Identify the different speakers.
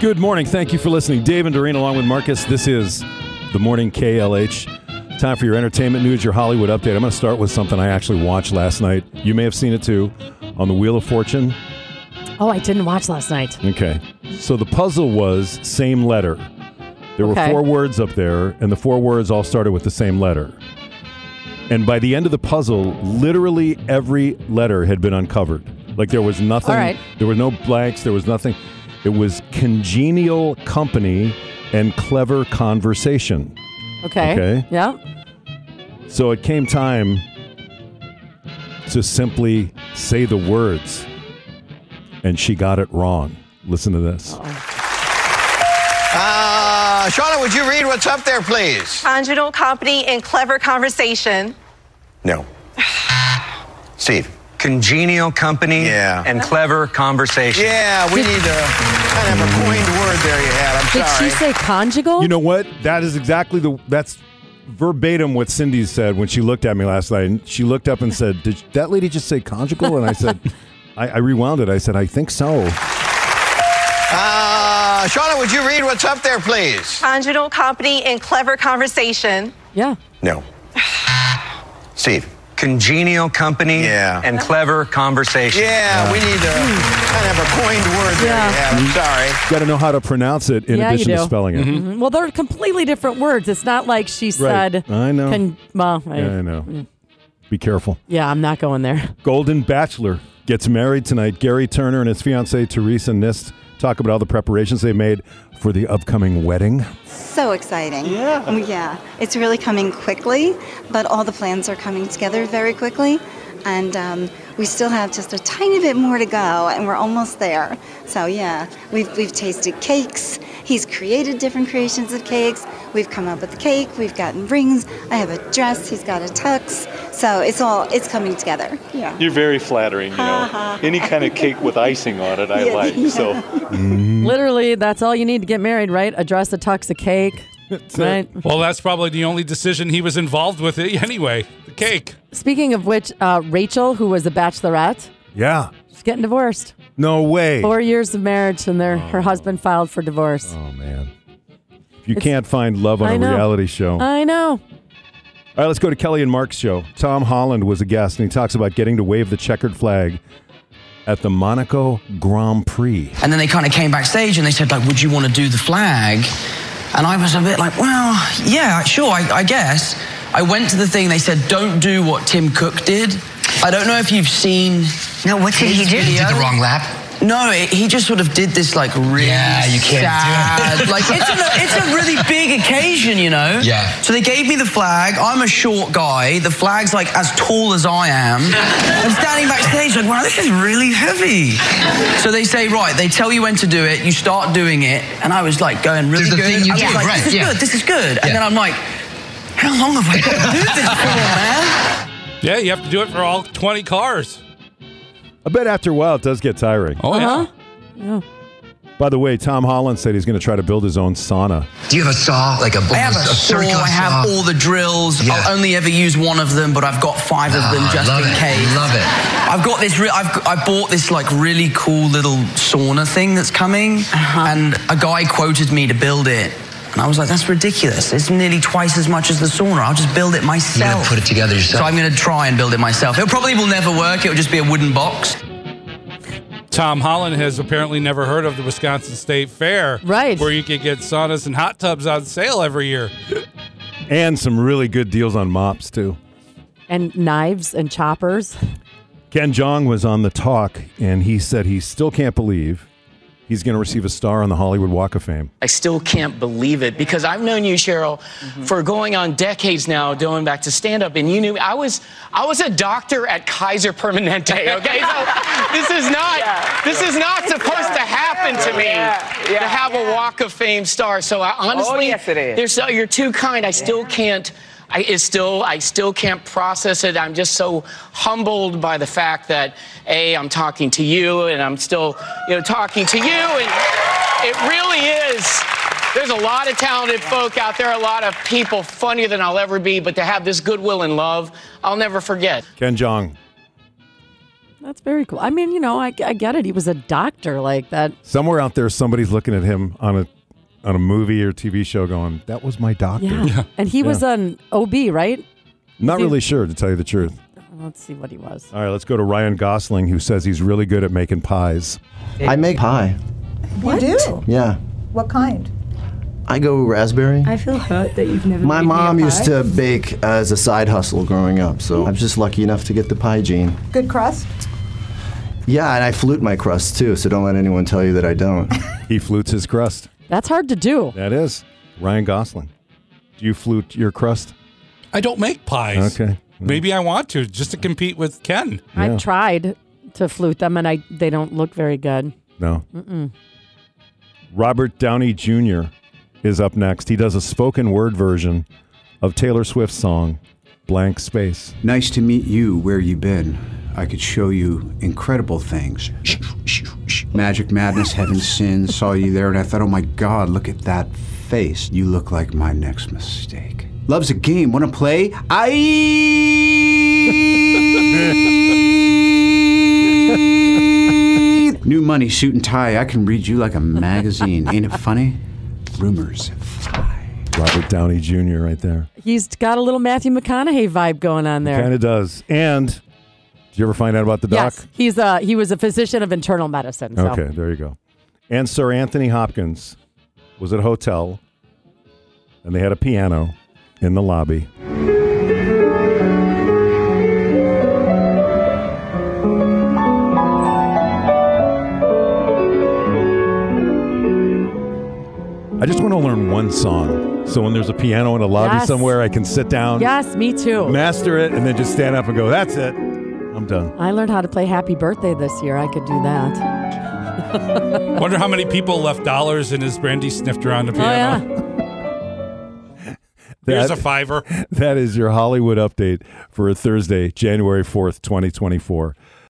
Speaker 1: Good morning. Thank you for listening. Dave and Doreen, along with Marcus. This is the morning KLH. Time for your entertainment news, your Hollywood update. I'm going to start with something I actually watched last night. You may have seen it too on the Wheel of Fortune.
Speaker 2: Oh, I didn't watch last night.
Speaker 1: Okay. So the puzzle was same letter. There were
Speaker 2: Okay.
Speaker 1: four words up there, and the four words all started with the same letter. And by the end of the puzzle, literally every letter had been uncovered. Like there was nothing,
Speaker 2: All right.
Speaker 1: there were no blanks, there was nothing. It was congenial company and clever conversation.
Speaker 2: Okay.
Speaker 1: Okay.
Speaker 2: Yeah.
Speaker 1: So it came time to simply say the words, and she got it wrong. Listen to this.
Speaker 3: Uh, Shauna, would you read what's up there, please?
Speaker 4: Congenial company and clever conversation.
Speaker 3: No. Steve.
Speaker 5: Congenial company
Speaker 3: Yeah.
Speaker 5: and clever conversation.
Speaker 3: Yeah, we need to kind of have a coined word there you had. I'm
Speaker 2: Did
Speaker 3: sorry.
Speaker 2: she say conjugal?
Speaker 1: You know what? That is exactly the that's verbatim what Cindy said when she looked at me last night. And she looked up and said, "Did that lady just say conjugal?" And I said, I, "I rewound it. I said, I think so."
Speaker 3: uh, Shauna, would you read what's up there, please?
Speaker 4: Congenial company and clever conversation.
Speaker 2: yeah.
Speaker 3: No. Steve.
Speaker 5: Congenial company
Speaker 3: Yeah.
Speaker 5: and clever conversation.
Speaker 3: Yeah, we need to kind of have a coined word there
Speaker 2: Yeah.
Speaker 3: you had. I'm sorry.
Speaker 1: Got to know how to pronounce it in
Speaker 2: Yeah, you
Speaker 1: addition to
Speaker 2: do.
Speaker 1: spelling it.
Speaker 2: Mhm. Well, they're completely different words. It's not like she said.
Speaker 1: I know.
Speaker 2: Con- well, I-
Speaker 1: Yeah, I
Speaker 2: Mm-hmm.
Speaker 1: know. Be careful.
Speaker 2: yeah, I'm not going there.
Speaker 1: Golden Bachelor gets married tonight. Gary Turner and his fiancee Teresa Nist talk about all the preparations they made for the upcoming wedding.
Speaker 6: So exciting. Yeah. Yeah. It's really coming quickly, but all the plans are coming together very quickly. And um, we still have just a tiny bit more to go, and we're almost there. So, yeah, we've, we've tasted cakes. He's created different creations of cakes. We've come up with the cake. We've gotten rings. I have a dress. He's got a tux. So, it's all, it's coming together. Yeah.
Speaker 7: You're very flattering, you know. Any kind of cake with icing on it, I
Speaker 6: Yeah,
Speaker 7: like.
Speaker 6: yeah.
Speaker 7: So
Speaker 1: Mm.
Speaker 2: Literally, that's all you need to get married, right? A dress, a tux, a cake. right.
Speaker 8: Well, that's probably the only decision he was involved with it anyway. The cake.
Speaker 2: Speaking of which, uh, Rachel, who was a bachelorette,
Speaker 1: Yeah.
Speaker 2: she's getting divorced.
Speaker 1: No way.
Speaker 2: Four years of marriage, and their her husband filed for divorce.
Speaker 1: Oh man. If you can't find love on
Speaker 2: I
Speaker 1: a
Speaker 2: know.
Speaker 1: reality show.
Speaker 2: I know.
Speaker 1: All right, let's go to Kelly and Mark's show. Tom Holland was a guest, and he talks about getting to wave the checkered flag at the Monaco Grand Prix.
Speaker 9: And then they kind of came backstage and they said, like, would you want to do the flag? And I was a bit like, well, yeah, sure, I, I guess. I went to the thing, they said, don't do what Tim Cook did. I don't know if you've seen.
Speaker 10: No, what did he
Speaker 9: his
Speaker 10: do? He
Speaker 9: video.
Speaker 10: did the wrong lap.
Speaker 9: No, it, he just sort of did this like really
Speaker 10: Yeah, you can't do
Speaker 9: sad.
Speaker 10: it.
Speaker 9: like it's, an, it's a really big occasion, you know.
Speaker 10: Yeah.
Speaker 9: So they gave me the flag. I'm a short guy. The flag's like as tall as I am. I'm standing backstage like, wow, this is really heavy. So they say, right, they tell you when to do it. You start doing it, and I was like going really
Speaker 10: This is the
Speaker 9: good.
Speaker 10: thing you
Speaker 9: I was
Speaker 10: do,
Speaker 9: like,
Speaker 10: right,
Speaker 9: This is
Speaker 10: yeah.
Speaker 9: good. This is good.
Speaker 10: Yeah.
Speaker 9: And then I'm like, how long have I got to do this for, man?
Speaker 8: Yeah, you have to do it for all 20 cars.
Speaker 1: I bet after a while it does get tiring.
Speaker 8: Oh,
Speaker 2: Uh-huh.
Speaker 8: yeah.
Speaker 1: By the way, Tom Holland said he's going to try to build his own sauna.
Speaker 10: Do you have a saw? Like a,
Speaker 9: I have a, saw.
Speaker 10: circular
Speaker 9: I have
Speaker 10: saw?
Speaker 9: all the drills.
Speaker 10: Yeah.
Speaker 9: I'll only ever use one of them, but I've got five of them
Speaker 10: Ah,
Speaker 9: just
Speaker 10: love
Speaker 9: in
Speaker 10: it.
Speaker 9: case.
Speaker 10: Love it.
Speaker 9: I've got this. Re- I've I bought this like really cool little sauna thing that's coming, and a guy quoted me to build it, and I was like, "That's ridiculous! It's nearly twice as much as the sauna. I'll just build it
Speaker 10: You're
Speaker 9: myself."
Speaker 10: gonna put it together
Speaker 9: so
Speaker 10: yourself.
Speaker 9: I'm gonna try and build it myself. It probably will never work. It will just be a wooden box.
Speaker 8: Tom Holland has apparently never heard of the Wisconsin State Fair.
Speaker 2: Right.
Speaker 8: Where you could get saunas and hot tubs on sale every year.
Speaker 1: And some really good deals on mops, too.
Speaker 2: And knives and choppers.
Speaker 1: Ken Jong was on the talk, and he said he still can't believe he's going to receive a star on the Hollywood Walk of Fame.
Speaker 11: I still can't believe it because I've known you, Cheryl, for going on decades now, going back to stand up, and you knew I was I was a doctor at Kaiser Permanente. Okay, so this is not this is not supposed to happen to me to have a Walk of Fame star. So I honestly,
Speaker 9: Oh, yes, it is.
Speaker 11: there's so you're too kind. I still can't. I is still I still can't process it. I'm just so humbled by the fact that a I'm talking to you and I'm still you know talking to you and it really is. There's a lot of talented folk out there, a lot of people funnier than I'll ever be, but to have this goodwill and love, I'll never forget.
Speaker 1: Ken Jong,
Speaker 2: That's very cool. I mean, you know, I, I get it. He was a doctor like that.
Speaker 1: Somewhere out there, somebody's looking at him on a on a movie or TV show, going, "That was my doctor."
Speaker 2: Yeah. And he was
Speaker 1: Yeah.
Speaker 2: an OB, right?
Speaker 1: Not
Speaker 2: he-
Speaker 1: really sure, to tell you the truth.
Speaker 2: Let's see what he was.
Speaker 1: All right, let's go to Ryan Gosling, who says he's really good at making pies.
Speaker 12: I make pie.
Speaker 13: What? You do?
Speaker 12: Yeah.
Speaker 13: What kind?
Speaker 12: I go raspberry.
Speaker 13: I feel hurt that you've never.
Speaker 12: My
Speaker 13: made me a
Speaker 12: mom used
Speaker 13: pie.
Speaker 12: to bake as a side hustle growing up, so I'm just lucky enough to get the pie gene.
Speaker 13: Good crust.
Speaker 12: Yeah, and I flute my crust too, so don't let anyone tell you that I don't.
Speaker 1: he flutes his crust.
Speaker 2: That's hard to do.
Speaker 1: That is Ryan Gosling. Do you flute your crust?
Speaker 8: I don't make pies.
Speaker 1: Okay.
Speaker 8: Maybe I want to just to compete with Ken.
Speaker 2: I've tried to flute them, and I they don't look very good.
Speaker 1: No.
Speaker 2: Mm-mm.
Speaker 1: Robert Downey Jr. is up next. He does a spoken word version of Taylor Swift's song "Blank Space."
Speaker 14: Nice to meet you where you been. I could show you incredible things. Magic, madness, heaven, sin. Saw you there and I thought, oh my God, look at that face. You look like my next mistake. Love's a game. Wanna play? I. New money, suit and tie. I can read you like a magazine. Ain't it funny? Rumors fly.
Speaker 1: Robert Downey Jr. right there.
Speaker 2: He's got a little Matthew McConaughey vibe going on there.
Speaker 1: Kind of does. And did you ever find out about the doc?
Speaker 2: Yes, he's a he was a physician of internal medicine. So.
Speaker 1: Okay, there you go. And Sir Anthony Hopkins was at a hotel, and they had a piano in the lobby. I just want to learn one song. So when there's a piano in a lobby
Speaker 2: Yes.
Speaker 1: somewhere, I can sit down,
Speaker 2: Yes, me too.
Speaker 1: master it, and then just stand up and go, that's it. I'm done.
Speaker 2: I learned how to play Happy Birthday this year. I could do that.
Speaker 8: Wonder how many people left dollars in his brandy sniffed around the
Speaker 2: Oh yeah.
Speaker 8: piano. There's
Speaker 1: That-
Speaker 8: a fiver.
Speaker 1: That is your Hollywood update for Thursday, January 4th, 2024.